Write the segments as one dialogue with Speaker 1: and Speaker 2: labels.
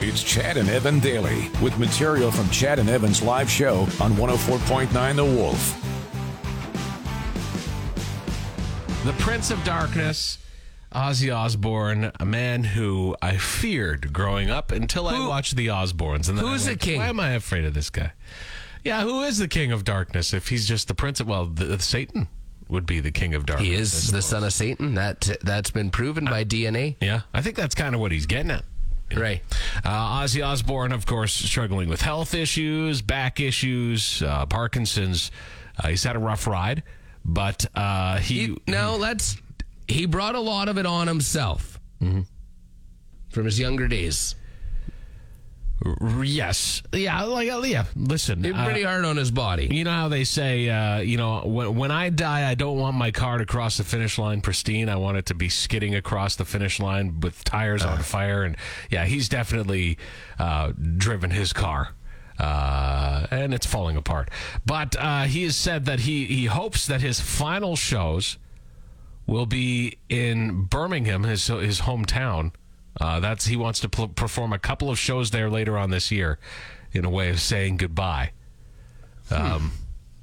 Speaker 1: It's Chad and Evan daily with material from Chad and Evan's live show on 104.9 The Wolf.
Speaker 2: The Prince of Darkness, Ozzy Osbourne, a man who I feared growing up until I
Speaker 3: Who-
Speaker 2: watched the Osbournes. And then I
Speaker 3: Who's the
Speaker 2: went,
Speaker 3: king?
Speaker 2: Why am I afraid of this guy? Yeah, who is the King of Darkness if he's just the Prince of? Well, the, Satan would be the King of Darkness.
Speaker 3: He
Speaker 2: I
Speaker 3: is the
Speaker 2: suppose.
Speaker 3: son of Satan. That that's been proven by DNA.
Speaker 2: Yeah, I think that's kind of what he's getting at.
Speaker 3: Right.
Speaker 2: Uh, Ozzy Osbourne, of course, struggling with health issues, back issues, uh, Parkinson's. Uh, he's had a rough ride, but uh, he,
Speaker 3: He, no, let's. He brought a lot of it on himself
Speaker 2: Mm-hmm.
Speaker 3: from his younger days.
Speaker 2: r- yes, yeah, like uh, yeah. Listen,
Speaker 3: He was
Speaker 2: uh,
Speaker 3: pretty hard on his body.
Speaker 2: you know how they say, uh, you know, when, when I die, I don't want my car to cross the finish line pristine. I want it to be skidding across the finish line with tires on fire. And yeah, he's definitely uh, driven his car. Uh, and it's falling apart. But uh, he has said that he, he hopes that his final shows will be in Birmingham, his his hometown. Uh, that's he wants to pl- perform a couple of shows there later on this year, in a way of saying goodbye. Um,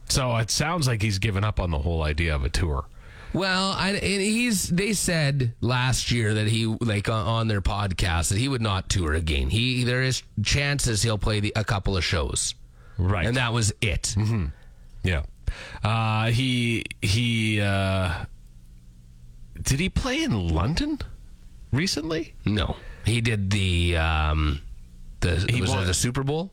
Speaker 2: so it sounds like he's given up on the whole idea of a tour.
Speaker 3: Well, I, and he's. They said last year that he like on, on their podcast that he would not tour again. He there is chances he'll play the, a couple of shows,
Speaker 2: Right.
Speaker 3: and that was it.
Speaker 2: Mm-hmm. yeah. Uh, he he uh, did he play in London recently?
Speaker 3: No, he did the um, the
Speaker 2: He
Speaker 3: was
Speaker 2: won-
Speaker 3: it the Super Bowl?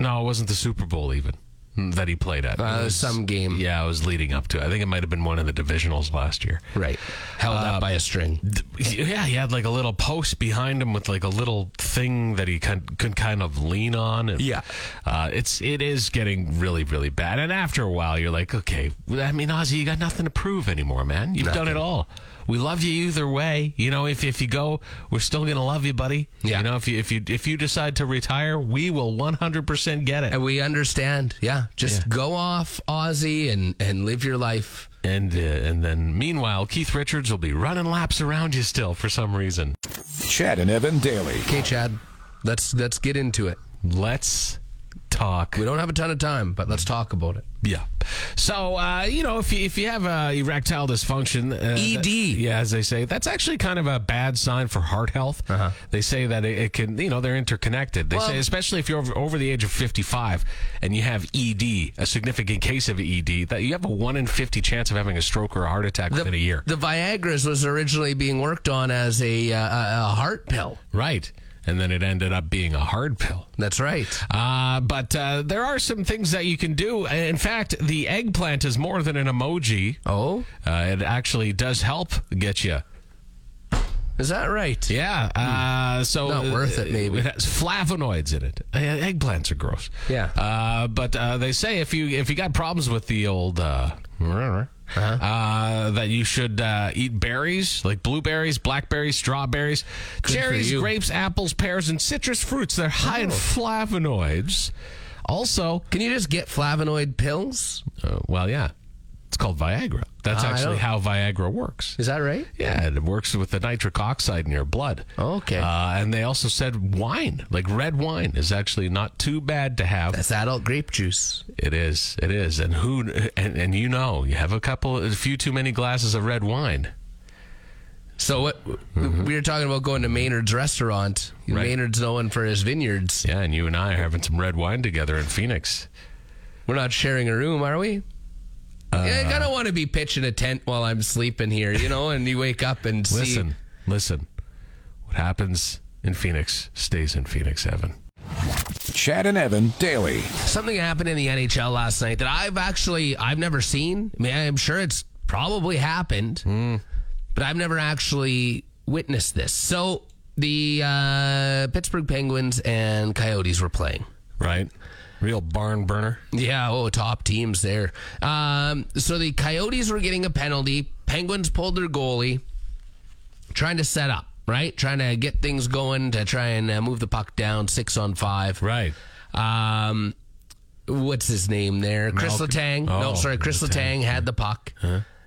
Speaker 2: No, it wasn't the Super Bowl even that he played at. It
Speaker 3: Uh,
Speaker 2: was-
Speaker 3: some game,
Speaker 2: Yeah, it was leading up to. it. I think it might have been one of the divisionals last year.
Speaker 3: right? Held
Speaker 2: Uh,
Speaker 3: up by a string.
Speaker 2: Yeah, he had like a little post behind him with like a little thing that he could, could kind of lean on. And,
Speaker 3: Yeah.
Speaker 2: uh, it's it is getting really really bad. And after a while, you're like, okay, well, I mean, Ozzy, you got nothing to prove anymore, man. You've done it all. We love you either way. You know, if if you go, we're still gonna love you, buddy.
Speaker 3: Yeah.
Speaker 2: You know, if you if you if you decide to retire, we will 100 percent get it.
Speaker 3: And we understand. Yeah. Just go off, Aussie, and, and live your life.
Speaker 2: And uh, and then meanwhile, Keith Richards will be running laps around you still for some reason.
Speaker 1: Chad and Evan daily.
Speaker 3: Okay, Chad. Let's let's get into it.
Speaker 2: Let's talk.
Speaker 3: We don't have a ton of time, but let's talk about it.
Speaker 2: Yeah. So uh, you know, if you if you have uh, erectile dysfunction, uh,
Speaker 3: ED.
Speaker 2: that- yeah, as they say, that's actually kind of a bad sign for heart health. Uh-huh. They say that it, it can, you know, they're interconnected. They
Speaker 3: Well-
Speaker 2: say especially if you're over, over the age of 55 and you have ED, a significant case of ED, that you have a one in 50 chance of having a stroke or a heart attack within a year.
Speaker 3: The Viagra's was originally being worked on as a uh, a, a heart pill.
Speaker 2: right. And then it ended up being a hard pill.
Speaker 3: That's right.
Speaker 2: Uh, but uh, there are some things that you can do. In fact, the eggplant is more than an emoji.
Speaker 3: Oh,
Speaker 2: Uh, it actually does help get you.
Speaker 3: is that right?
Speaker 2: Yeah. Uh, so
Speaker 3: Hmm. Not worth it, maybe.
Speaker 2: It has flavonoids in it. Uh, Eggplants are gross.
Speaker 3: Yeah.
Speaker 2: Uh, but uh, they say if you if you got problems with the old uh,
Speaker 3: Uh-huh.
Speaker 2: uh, that you should uh, eat berries like blueberries, blackberries, strawberries, cherries,
Speaker 3: you. Oh.
Speaker 2: grapes, apples, pears, and citrus fruits. They're high in flavonoids. Also,
Speaker 3: Can you just get flavonoid pills?
Speaker 2: uh, well, yeah, it's called Viagra. That's
Speaker 3: Ah, I
Speaker 2: actually
Speaker 3: don't-
Speaker 2: how Viagra works.
Speaker 3: Is that right?
Speaker 2: Yeah, it works with the nitric oxide in your blood.
Speaker 3: Okay.
Speaker 2: Uh, and they also said wine, like red wine, is actually not too bad to have.
Speaker 3: That's adult grape juice.
Speaker 2: it is. It is. And who? And, and you know, you have a couple, a few too many glasses of red wine.
Speaker 3: So what we were talking about going to Maynard's restaurant.
Speaker 2: Right.
Speaker 3: Maynard's known for his vineyards.
Speaker 2: Yeah, and you and I are having some red wine together in Phoenix.
Speaker 3: We're not sharing a room, are we? yeah, I kind of want to be pitching a tent while I'm sleeping here, you know, and you wake up and see.
Speaker 2: Listen, listen. What happens in Phoenix stays in Phoenix, Evan.
Speaker 1: Chad and Evan daily.
Speaker 3: Something happened in the NHL last night that I've actually, I've never seen. I mean, I'm sure it's Hmm. probably happened, but I've never actually witnessed this. So the uh, Pittsburgh Penguins and Coyotes were playing.
Speaker 2: right? Real barn burner.
Speaker 3: Yeah, oh, top teams there. Um, so the Coyotes were getting a penalty. Penguins pulled their goalie, trying to set up, right? Trying to get things going to try and uh, move the puck down six on five.
Speaker 2: Right.
Speaker 3: Um, what's his name there? Chris
Speaker 2: Malkin-
Speaker 3: Letang. no,
Speaker 2: Oh,
Speaker 3: sorry, Chris Letang, had the puck,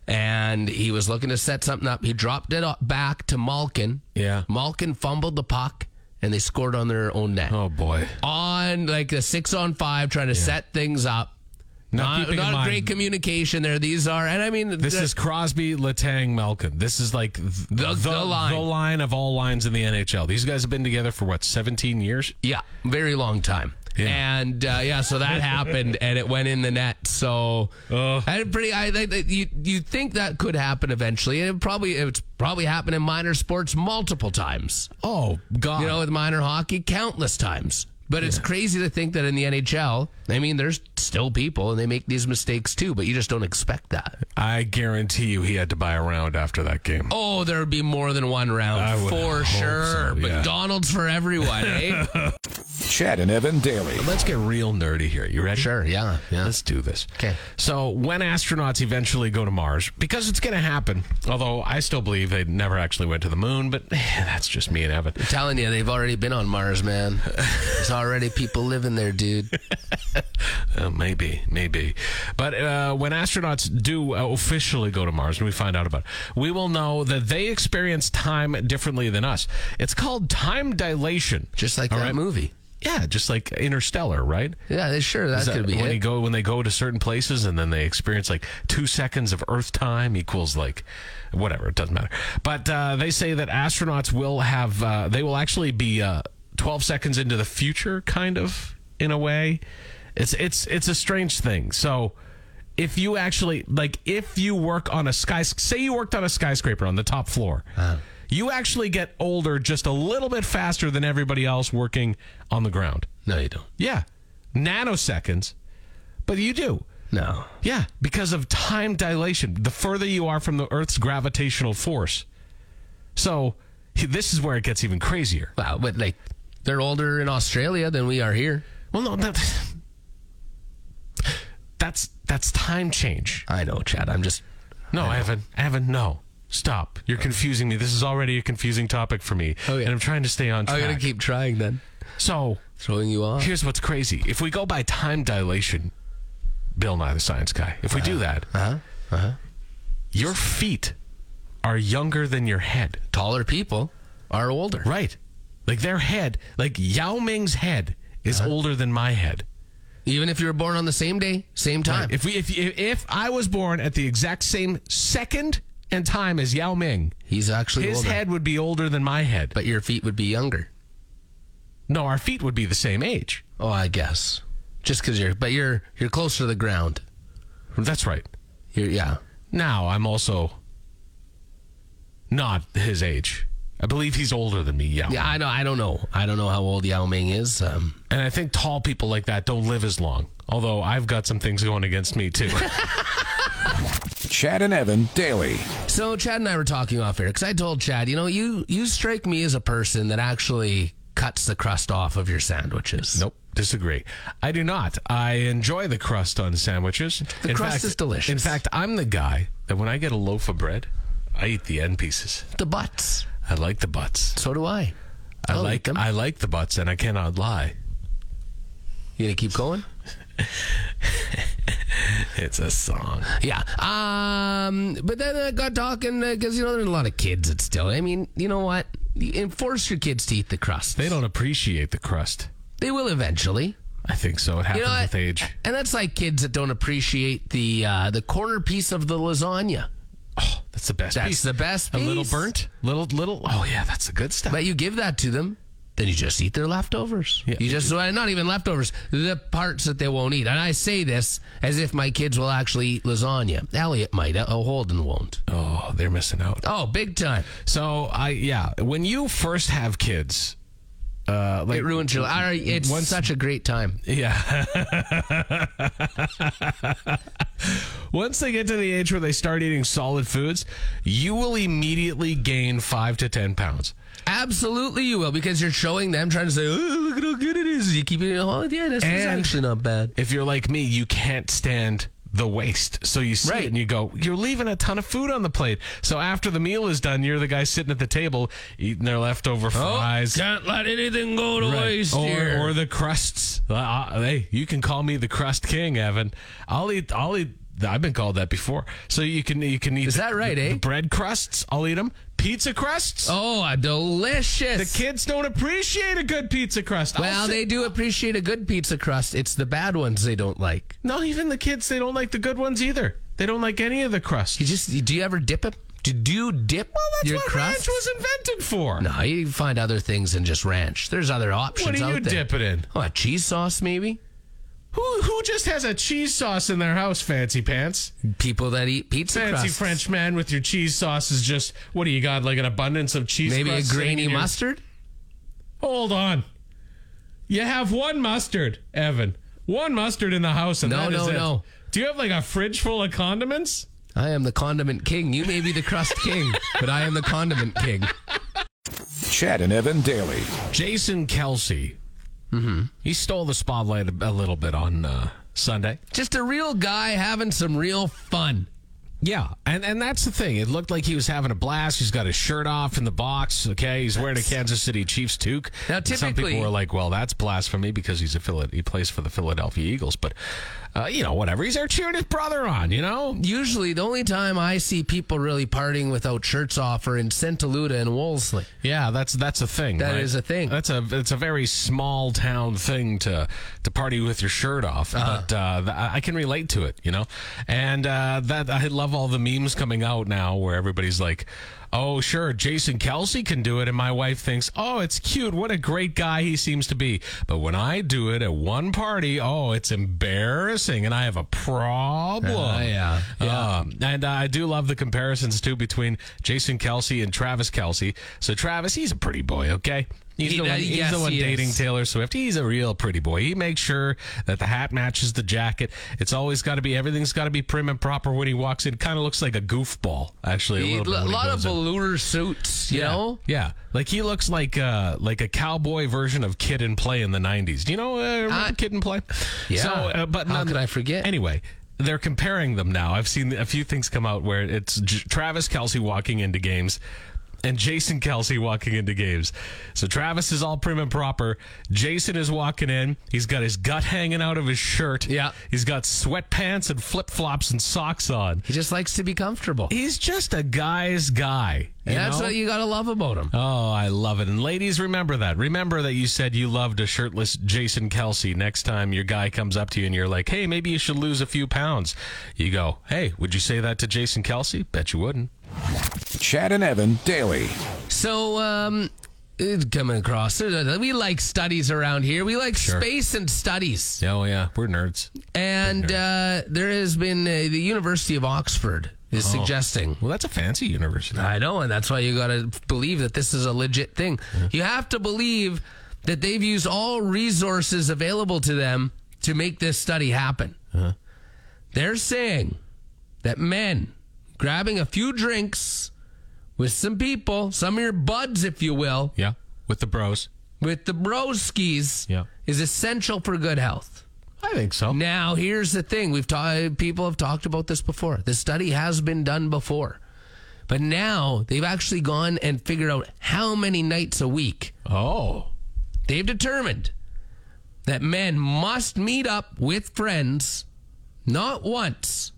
Speaker 3: and he was looking to set something up. He dropped it up back to Malkin.
Speaker 2: Yeah.
Speaker 3: Malkin fumbled the puck, and they scored on their own net.
Speaker 2: Oh boy.
Speaker 3: On like the six on five, trying to set things up.
Speaker 2: Now,
Speaker 3: Not,
Speaker 2: keeping in
Speaker 3: not
Speaker 2: mind-
Speaker 3: great communication there. These are, and I mean,
Speaker 2: This
Speaker 3: the-
Speaker 2: is Crosby, Letang, Malkin. This is like th-
Speaker 3: The- the line.
Speaker 2: the line of all lines in the NHL. These guys have been together for what, 17 years?
Speaker 3: Yeah, very long time. And uh, yeah, so that happened, and it went in the net. So
Speaker 2: Oh.
Speaker 3: I had pretty. I, I you you think that could happen eventually, and it probably it's probably happened in minor sports multiple times.
Speaker 2: Oh God.
Speaker 3: You know, with minor hockey, countless times. But it's crazy to think that in the NHL, I mean, there's still people and they make these mistakes too, but you just don't expect that.
Speaker 2: I guarantee you, he had to buy a round after that game.
Speaker 3: Oh, there would be more than one
Speaker 2: I
Speaker 3: round
Speaker 2: would
Speaker 3: for
Speaker 2: hope
Speaker 3: sure.
Speaker 2: so, yeah.
Speaker 3: McDonald's for everyone, eh?
Speaker 1: Chad and Evan daily.
Speaker 2: Let's get real nerdy here. You ready?
Speaker 3: sure, yeah, yeah.
Speaker 2: Let's do this.
Speaker 3: 'Kay.
Speaker 2: So when astronauts eventually go to Mars, because it's going to happen, although I still believe they never actually went to the moon, but that's just me and Evan.
Speaker 3: Telling you, they've already been on Mars, man. There's already people living there, dude.
Speaker 2: Uh, maybe, maybe. But uh, when astronauts do uh, officially go to Mars, and we find out about it, we will know that they experience time differently than us. It's called time dilation.
Speaker 3: Just like
Speaker 2: All
Speaker 3: that
Speaker 2: right?
Speaker 3: movie.
Speaker 2: Yeah, just like Interstellar, right?
Speaker 3: Yeah, they- sure, that
Speaker 2: Is
Speaker 3: could
Speaker 2: that
Speaker 3: be
Speaker 2: when you
Speaker 3: it.
Speaker 2: go when they go to certain places and then they experience like two seconds of Earth time equals like whatever it doesn't matter. But uh, they say that astronauts will have uh, they will actually be uh, twelve seconds into the future, kind of in a way. It's it's it's a strange thing. So if you actually like if you work on a sky say you worked on a skyscraper on the top floor.
Speaker 3: Uh-huh.
Speaker 2: You actually get older just a little bit faster than everybody else working on the ground.
Speaker 3: No, you don't.
Speaker 2: Yeah. Nanoseconds. But you do.
Speaker 3: No.
Speaker 2: Yeah. Because of time dilation, the further you are from the Earth's gravitational force. So he- this is where it gets even crazier.
Speaker 3: Wow, but like, they're older in Australia than we are here.
Speaker 2: Well, no, that, that's that's time change.
Speaker 3: I know, Chad. I'm just.
Speaker 2: No, Evan, Evan, no. Stop. You're confusing me. This is already a confusing topic for me.
Speaker 3: Oh, yeah.
Speaker 2: And I'm trying to stay on
Speaker 3: I'm
Speaker 2: track.
Speaker 3: gonna keep trying then.
Speaker 2: so
Speaker 3: Throwing you off.
Speaker 2: Here's what's crazy. If we go by time dilation, Bill Nye the Science Guy, if we do that, uh-huh. Uh-huh. your feet are younger than your head.
Speaker 3: Taller people are older.
Speaker 2: Right. Like their head, like Yao Ming's head is older than my head.
Speaker 3: Even if you were born on the same day, same time.
Speaker 2: If we if if I was born at the exact same second and time as Yao Ming,
Speaker 3: He's actually
Speaker 2: his
Speaker 3: older.
Speaker 2: head would be older than my head.
Speaker 3: but your feet would be younger.
Speaker 2: No, our feet would be the same age.
Speaker 3: Oh, I guess. Just because you're, but you're you're closer to the ground.
Speaker 2: That's right.
Speaker 3: You're, yeah.
Speaker 2: Now I'm also not his age. I believe he's older than me, yeah.
Speaker 3: Yeah, I know. I don't know. I don't know how old Yao Ming is. Um,
Speaker 2: And I think tall people like that don't live as long. Although I've got some things going against me too.
Speaker 1: Chad and Evan daily.
Speaker 3: So Chad and I were talking off air because I told Chad, you know, you you strike me as a person that actually cuts the crust off of your sandwiches.
Speaker 2: nope, disagree. I do not. I enjoy the crust on sandwiches.
Speaker 3: The crust is delicious.
Speaker 2: In fact, I'm the guy that when I get a loaf of bread, I eat the end pieces.
Speaker 3: the butts.
Speaker 2: I like the butts.
Speaker 3: So do I.
Speaker 2: I
Speaker 3: Oh, I'll eat
Speaker 2: like
Speaker 3: them.
Speaker 2: I like the butts, and I cannot lie.
Speaker 3: You gonna keep going?
Speaker 2: It's a song.
Speaker 3: yeah. Um. But then I got talking because you know there's a lot of kids that still. I mean, you know what? You enforce your kids to eat the crust.
Speaker 2: They don't appreciate the crust.
Speaker 3: They will eventually.
Speaker 2: I think so. It happens
Speaker 3: know
Speaker 2: with
Speaker 3: what?
Speaker 2: age.
Speaker 3: And that's like kids that don't appreciate the uh, the corner piece of the lasagna.
Speaker 2: That's the best.
Speaker 3: That's
Speaker 2: piece.
Speaker 3: the best
Speaker 2: A little
Speaker 3: piece.
Speaker 2: burnt, little little. Oh yeah, that's the good stuff.
Speaker 3: But you give that to them, then you just eat their leftovers.
Speaker 2: Yeah.
Speaker 3: you just well, not even leftovers, the parts that they won't eat. And I say this as if my kids will actually eat lasagna. Elliot might, uh, oh Holden won't.
Speaker 2: oh, they're missing out.
Speaker 3: Oh, big time.
Speaker 2: So I yeah, when you first have kids, Uh, like
Speaker 3: It ruins your life. It's
Speaker 2: Once-
Speaker 3: such a great time.
Speaker 2: Yeah. Once they get to the age where they start eating solid foods, you will immediately gain five to 10 pounds.
Speaker 3: Absolutely, you will because you're showing them trying to say, oh, "Look at how good it is." You keep it. Oh, yeah, this is
Speaker 2: And-
Speaker 3: actually not bad.
Speaker 2: If you're like me, you can't stand the waste. So you see
Speaker 3: Right.
Speaker 2: it and you go, you're leaving a ton of food on the plate. So after the meal is done, you're the guy sitting at the table eating their leftover fries.
Speaker 3: Oh, can't let anything go to
Speaker 2: Right. or, or the crusts. Uh, uh, hey, you can call me the crust king, Evan. I'll eat. I'll eat. I've been called that before. So you can you can eat.
Speaker 3: Is
Speaker 2: the-
Speaker 3: that right,
Speaker 2: the-
Speaker 3: eh?
Speaker 2: the bread crusts. I'll eat them. Pizza crusts.
Speaker 3: oh, a delicious.
Speaker 2: The kids don't appreciate a good pizza crust. I'll
Speaker 3: well,
Speaker 2: say-
Speaker 3: they do appreciate a good pizza crust. It's the bad ones they don't like.
Speaker 2: not even the kids. They don't like the good ones either. They don't like any of the crust.
Speaker 3: You just do you ever dip it? Do do you dip
Speaker 2: Well, that's
Speaker 3: your
Speaker 2: what ranch
Speaker 3: crust?
Speaker 2: was invented for.
Speaker 3: no, you can find other things than just ranch. There's other
Speaker 2: What
Speaker 3: options
Speaker 2: do you
Speaker 3: out there.
Speaker 2: dip it in?
Speaker 3: Oh, a cheese sauce maybe.
Speaker 2: Who who just has a cheese sauce in their house? Fancy pants.
Speaker 3: People that eat pizza
Speaker 2: fancy
Speaker 3: crusts.
Speaker 2: French man with your cheese sauce is just what do you got? Like an abundance of cheese.
Speaker 3: Maybe a
Speaker 2: crust sitting
Speaker 3: grainy
Speaker 2: in your-
Speaker 3: mustard.
Speaker 2: Hold on. You have one mustard, Evan. One mustard in the house, and
Speaker 3: No,
Speaker 2: that is
Speaker 3: no,
Speaker 2: it.
Speaker 3: no.
Speaker 2: Do you have like a fridge full of condiments?
Speaker 3: I am the condiment king. You may be the crust king, but I am the condiment king.
Speaker 1: Chad and Evan daily.
Speaker 2: Jason Kelsey. He stole the spotlight a, a little bit on uh, Sunday.
Speaker 3: Just a real guy having some real fun.
Speaker 2: Yeah, and and that's the thing. It looked like he was having a blast. He's got his shirt off in the box. Okay, he's wearing a Kansas City Chiefs toque.
Speaker 3: Now,
Speaker 2: And some people
Speaker 3: typically-
Speaker 2: were like, "Well, that's blasphemy because he's a Phila- he plays for the Philadelphia Eagles." But uh, you know, whatever. He's there cheering his brother on. You know,
Speaker 3: Usually, the only time I see people really partying without shirts off are in Sentaluda and Wolseley.
Speaker 2: yeah, that's that's a thing. That is
Speaker 3: That is a thing.
Speaker 2: That's a it's a very small town thing to to party with your shirt off.
Speaker 3: Uh-huh.
Speaker 2: But uh, th- I I can relate to it, you know. And uh, that I love all the memes coming out now where everybody's like. Oh, sure. Jason Kelsey can do it. And my wife thinks, oh, it's cute. What a great guy he seems to be. But when I do it at one party, oh, it's embarrassing. And I have a problem.
Speaker 3: Uh, yeah.
Speaker 2: Um, and uh, I do love the comparisons, too, between Jason Kelsey and Travis Kelsey. So, Travis, he's a pretty boy, okay? He's
Speaker 3: He-
Speaker 2: the
Speaker 3: uh,
Speaker 2: one, he's
Speaker 3: yes,
Speaker 2: the one
Speaker 3: he
Speaker 2: dating
Speaker 3: is.
Speaker 2: Taylor Swift. He's a real pretty boy. He makes sure that the hat matches the jacket. It's always got to be, everything's got to be prim and proper when he walks in. Kind of looks like a goofball, actually. A
Speaker 3: A
Speaker 2: little bit when he
Speaker 3: lot of
Speaker 2: goes in.
Speaker 3: velour suits, you
Speaker 2: yeah.
Speaker 3: know?
Speaker 2: Yeah. Like he looks like uh like a cowboy version of Kid and Play in the 90s. Do you know uh, remember
Speaker 3: I-
Speaker 2: Kid and Play?
Speaker 3: Yeah.
Speaker 2: So, uh, but
Speaker 3: How
Speaker 2: none-
Speaker 3: could I forget?
Speaker 2: Anyway, they're comparing them now. I've seen a few things come out where it's J- Travis Kelsey walking into games and Jason Kelsey walking into games. So Travis is all prim and proper. Jason is walking in. He's got his gut hanging out of his shirt.
Speaker 3: Yeah.
Speaker 2: He's got sweatpants and flip flops and socks on.
Speaker 3: He just likes to be comfortable.
Speaker 2: He's just a guy's guy. you
Speaker 3: And that's
Speaker 2: know?
Speaker 3: what you gotta love about him.
Speaker 2: Oh, I love it. And ladies, remember that. Remember that you said you loved a shirtless Jason Kelsey. Next time your guy comes up to you and you're like, hey, maybe you should lose a few pounds. You go, hey, would you say that to Jason Kelsey? Bet you wouldn't.
Speaker 1: Chad and Evan daily.
Speaker 3: So, um, it's coming across, we like studies around here. We like space and studies.
Speaker 2: Oh, yeah. We're nerds.
Speaker 3: And uh, there has been uh, the University of Oxford is
Speaker 2: Oh.
Speaker 3: suggesting
Speaker 2: Well, that's a fancy university.
Speaker 3: I know, and that's why you got to believe that this is a legit thing. You have to believe that they've used all resources available to them to make this study happen.
Speaker 2: Uh-huh.
Speaker 3: They're saying that men grabbing a few drinks with some people, some of your buds, if you will,
Speaker 2: Yeah. With the bros.
Speaker 3: with the broskies,
Speaker 2: Yeah.
Speaker 3: is essential for good health.
Speaker 2: I think so.
Speaker 3: Now, here's the thing: we've ta- people have talked about this before. The study has been done before, but now they've actually gone and figured out how many nights a week
Speaker 2: Oh.
Speaker 3: they've determined that men must meet up with friends, not once,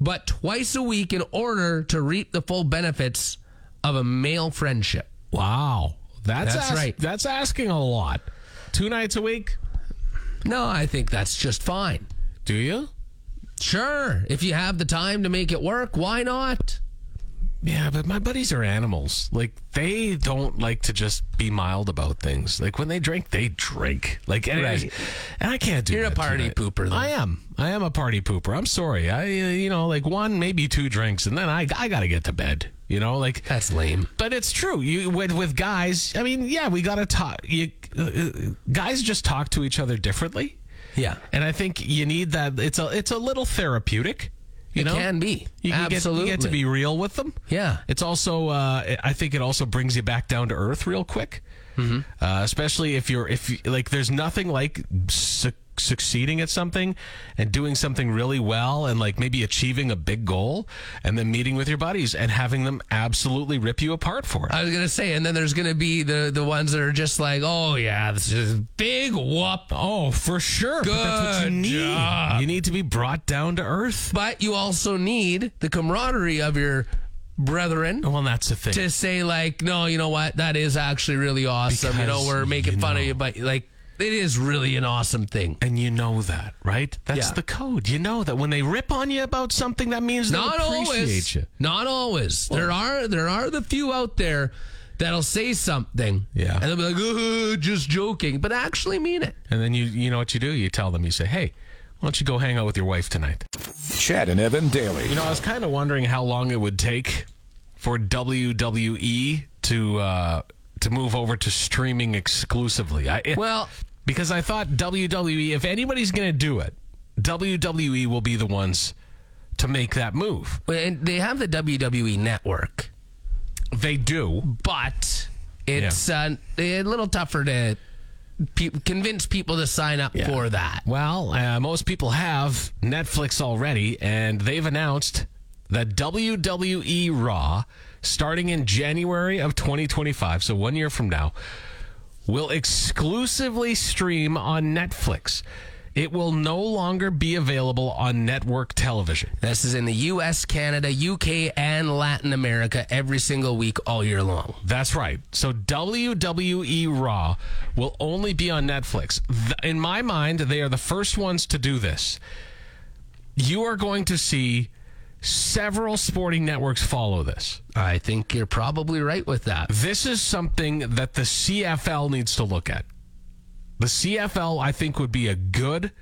Speaker 3: but twice a week in order to reap the full benefits of a male friendship.
Speaker 2: Wow. That's,
Speaker 3: That's
Speaker 2: ask-
Speaker 3: right.
Speaker 2: That's asking a lot. Two nights a week?
Speaker 3: No, I think that's just fine.
Speaker 2: Do you?
Speaker 3: Sure, if you have the time to make it work, why not?
Speaker 2: Yeah, but my buddies are animals. Like they don't like to just be mild about things. Like when they drink, they drink. Like and,
Speaker 3: Right.
Speaker 2: and I can't do.
Speaker 3: You're a
Speaker 2: that
Speaker 3: party
Speaker 2: tonight.
Speaker 3: pooper, though.
Speaker 2: I am. I am a party pooper. I'm sorry. I uh, you know like one maybe two drinks and then I I gotta get to bed. You know like
Speaker 3: That's lame.
Speaker 2: but it's true. You with with guys. I mean, yeah, we gotta talk. You, uh, uh, guys just talk to each other differently,
Speaker 3: Yeah.
Speaker 2: and I think you need that. It's a it's a little therapeutic. You
Speaker 3: It
Speaker 2: know?
Speaker 3: can be.
Speaker 2: You, can get- you
Speaker 3: Absolutely.
Speaker 2: get to be real with them.
Speaker 3: Yeah.
Speaker 2: It's also, uh, I think, it also brings you back down to earth real quick. Uh, especially if you're, if you, like, there's nothing like su- succeeding at something and doing something really well, and like maybe achieving a big goal, and then meeting with your buddies and having them absolutely rip you apart for it.
Speaker 3: I was gonna say, and then there's gonna be the the ones that are just like, oh yeah, this is a big whoop.
Speaker 2: oh, for sure. Good that's what you
Speaker 3: Good
Speaker 2: need.
Speaker 3: job.
Speaker 2: You need to be brought down to earth.
Speaker 3: But you also need the camaraderie of your brethren
Speaker 2: Well, that's the thing.
Speaker 3: to say like, no, you know what, that is actually really awesome. you know,
Speaker 2: Because
Speaker 3: we're making
Speaker 2: you
Speaker 3: fun
Speaker 2: know.
Speaker 3: of you, but like, it is really an awesome thing.
Speaker 2: and you know that, right? That's
Speaker 3: Yeah.
Speaker 2: the code. You know that when they rip on you about something, that means they
Speaker 3: Not
Speaker 2: appreciate
Speaker 3: always.
Speaker 2: you.
Speaker 3: Not always. there are there are the few out there that'll say something.
Speaker 2: Yeah.
Speaker 3: And they'll be like, "Ugh, just joking, but actually mean it.
Speaker 2: And then you you know what you do? You tell them, you say, hey, why don't you go hang out with your wife tonight?
Speaker 1: Chad and Evan daily.
Speaker 2: You know, I was kind of wondering how long it would take for WWE to uh, to move over to streaming exclusively. I, it-
Speaker 3: Well-
Speaker 2: because I thought WWE, if anybody's going to do it, WWE will be the ones to make that move.
Speaker 3: And they have the WWE network.
Speaker 2: They do.
Speaker 3: but it's uh, a little tougher to pe- convince people to sign up for that.
Speaker 2: Well, uh, most people have Netflix already, and they've announced that WWE E Raw, starting in January of 2025, so one year from now, will exclusively stream on Netflix. It will no longer be available on network television.
Speaker 3: This is in the U.S., Canada, U.K., and Latin America every single week all year long.
Speaker 2: That's right. So WWE Raw will only be on Netflix. Th- in my mind, they are the first ones to do this. You are going to see several sporting networks follow this.
Speaker 3: I think you're probably right with that.
Speaker 2: This is something that the CFL needs to look at. The CFL, I think, would be a good,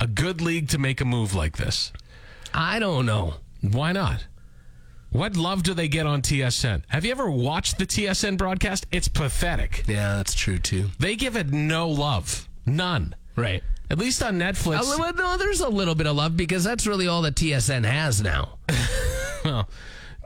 Speaker 2: a good league to make a move like this.
Speaker 3: I don't know.
Speaker 2: Why not? What love do they get on TSN? Have you ever watched the TSN broadcast? It's pathetic.
Speaker 3: Yeah, that's true too.
Speaker 2: They give it no love. None.
Speaker 3: Right.
Speaker 2: At least on Netflix.
Speaker 3: no, there's a little bit of love because that's really all that TSN has now.
Speaker 2: well,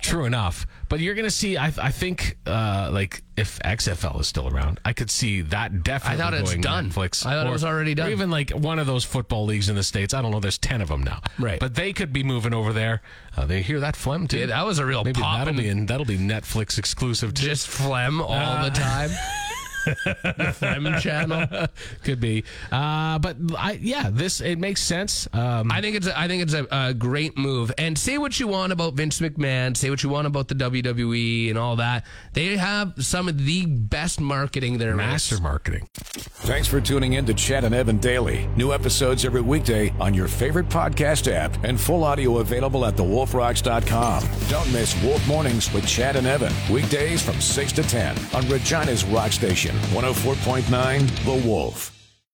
Speaker 2: true enough. But you're going to see, I, I think, uh, like, if XFL is still around, I could see that definitely
Speaker 3: I thought it's
Speaker 2: going
Speaker 3: done.
Speaker 2: Netflix.
Speaker 3: I thought it was already done.
Speaker 2: Or even, like, one of those football leagues in the States. I don't know. There's 10 of them now.
Speaker 3: Right.
Speaker 2: But they could be moving over there. Uh, they hear that phlegm, too.
Speaker 3: Yeah, that was a real
Speaker 2: Maybe
Speaker 3: pop
Speaker 2: that'll
Speaker 3: and-
Speaker 2: be, in, that'll be Netflix exclusive, too.
Speaker 3: Just phlegm all the time. Uh. the phlegm channel.
Speaker 2: could be. Uh, but, I, yeah, this, it makes sense. Um,
Speaker 3: I think it's a, I think it's a, a great move. And say what you want about Vince McMahon, say what you want about the WWE and all that. They have some of the best marketing there is.
Speaker 2: master marketing.
Speaker 1: Thanks for tuning in to Chad and Evan Daily. New episodes every weekday on your favorite podcast app and full audio available at thewolfrocks.com. Don't miss Wolf Mornings with Chad and Evan. oh Weekdays from 6 to 10 on Regina's Rock Station, 104.9 The Wolf.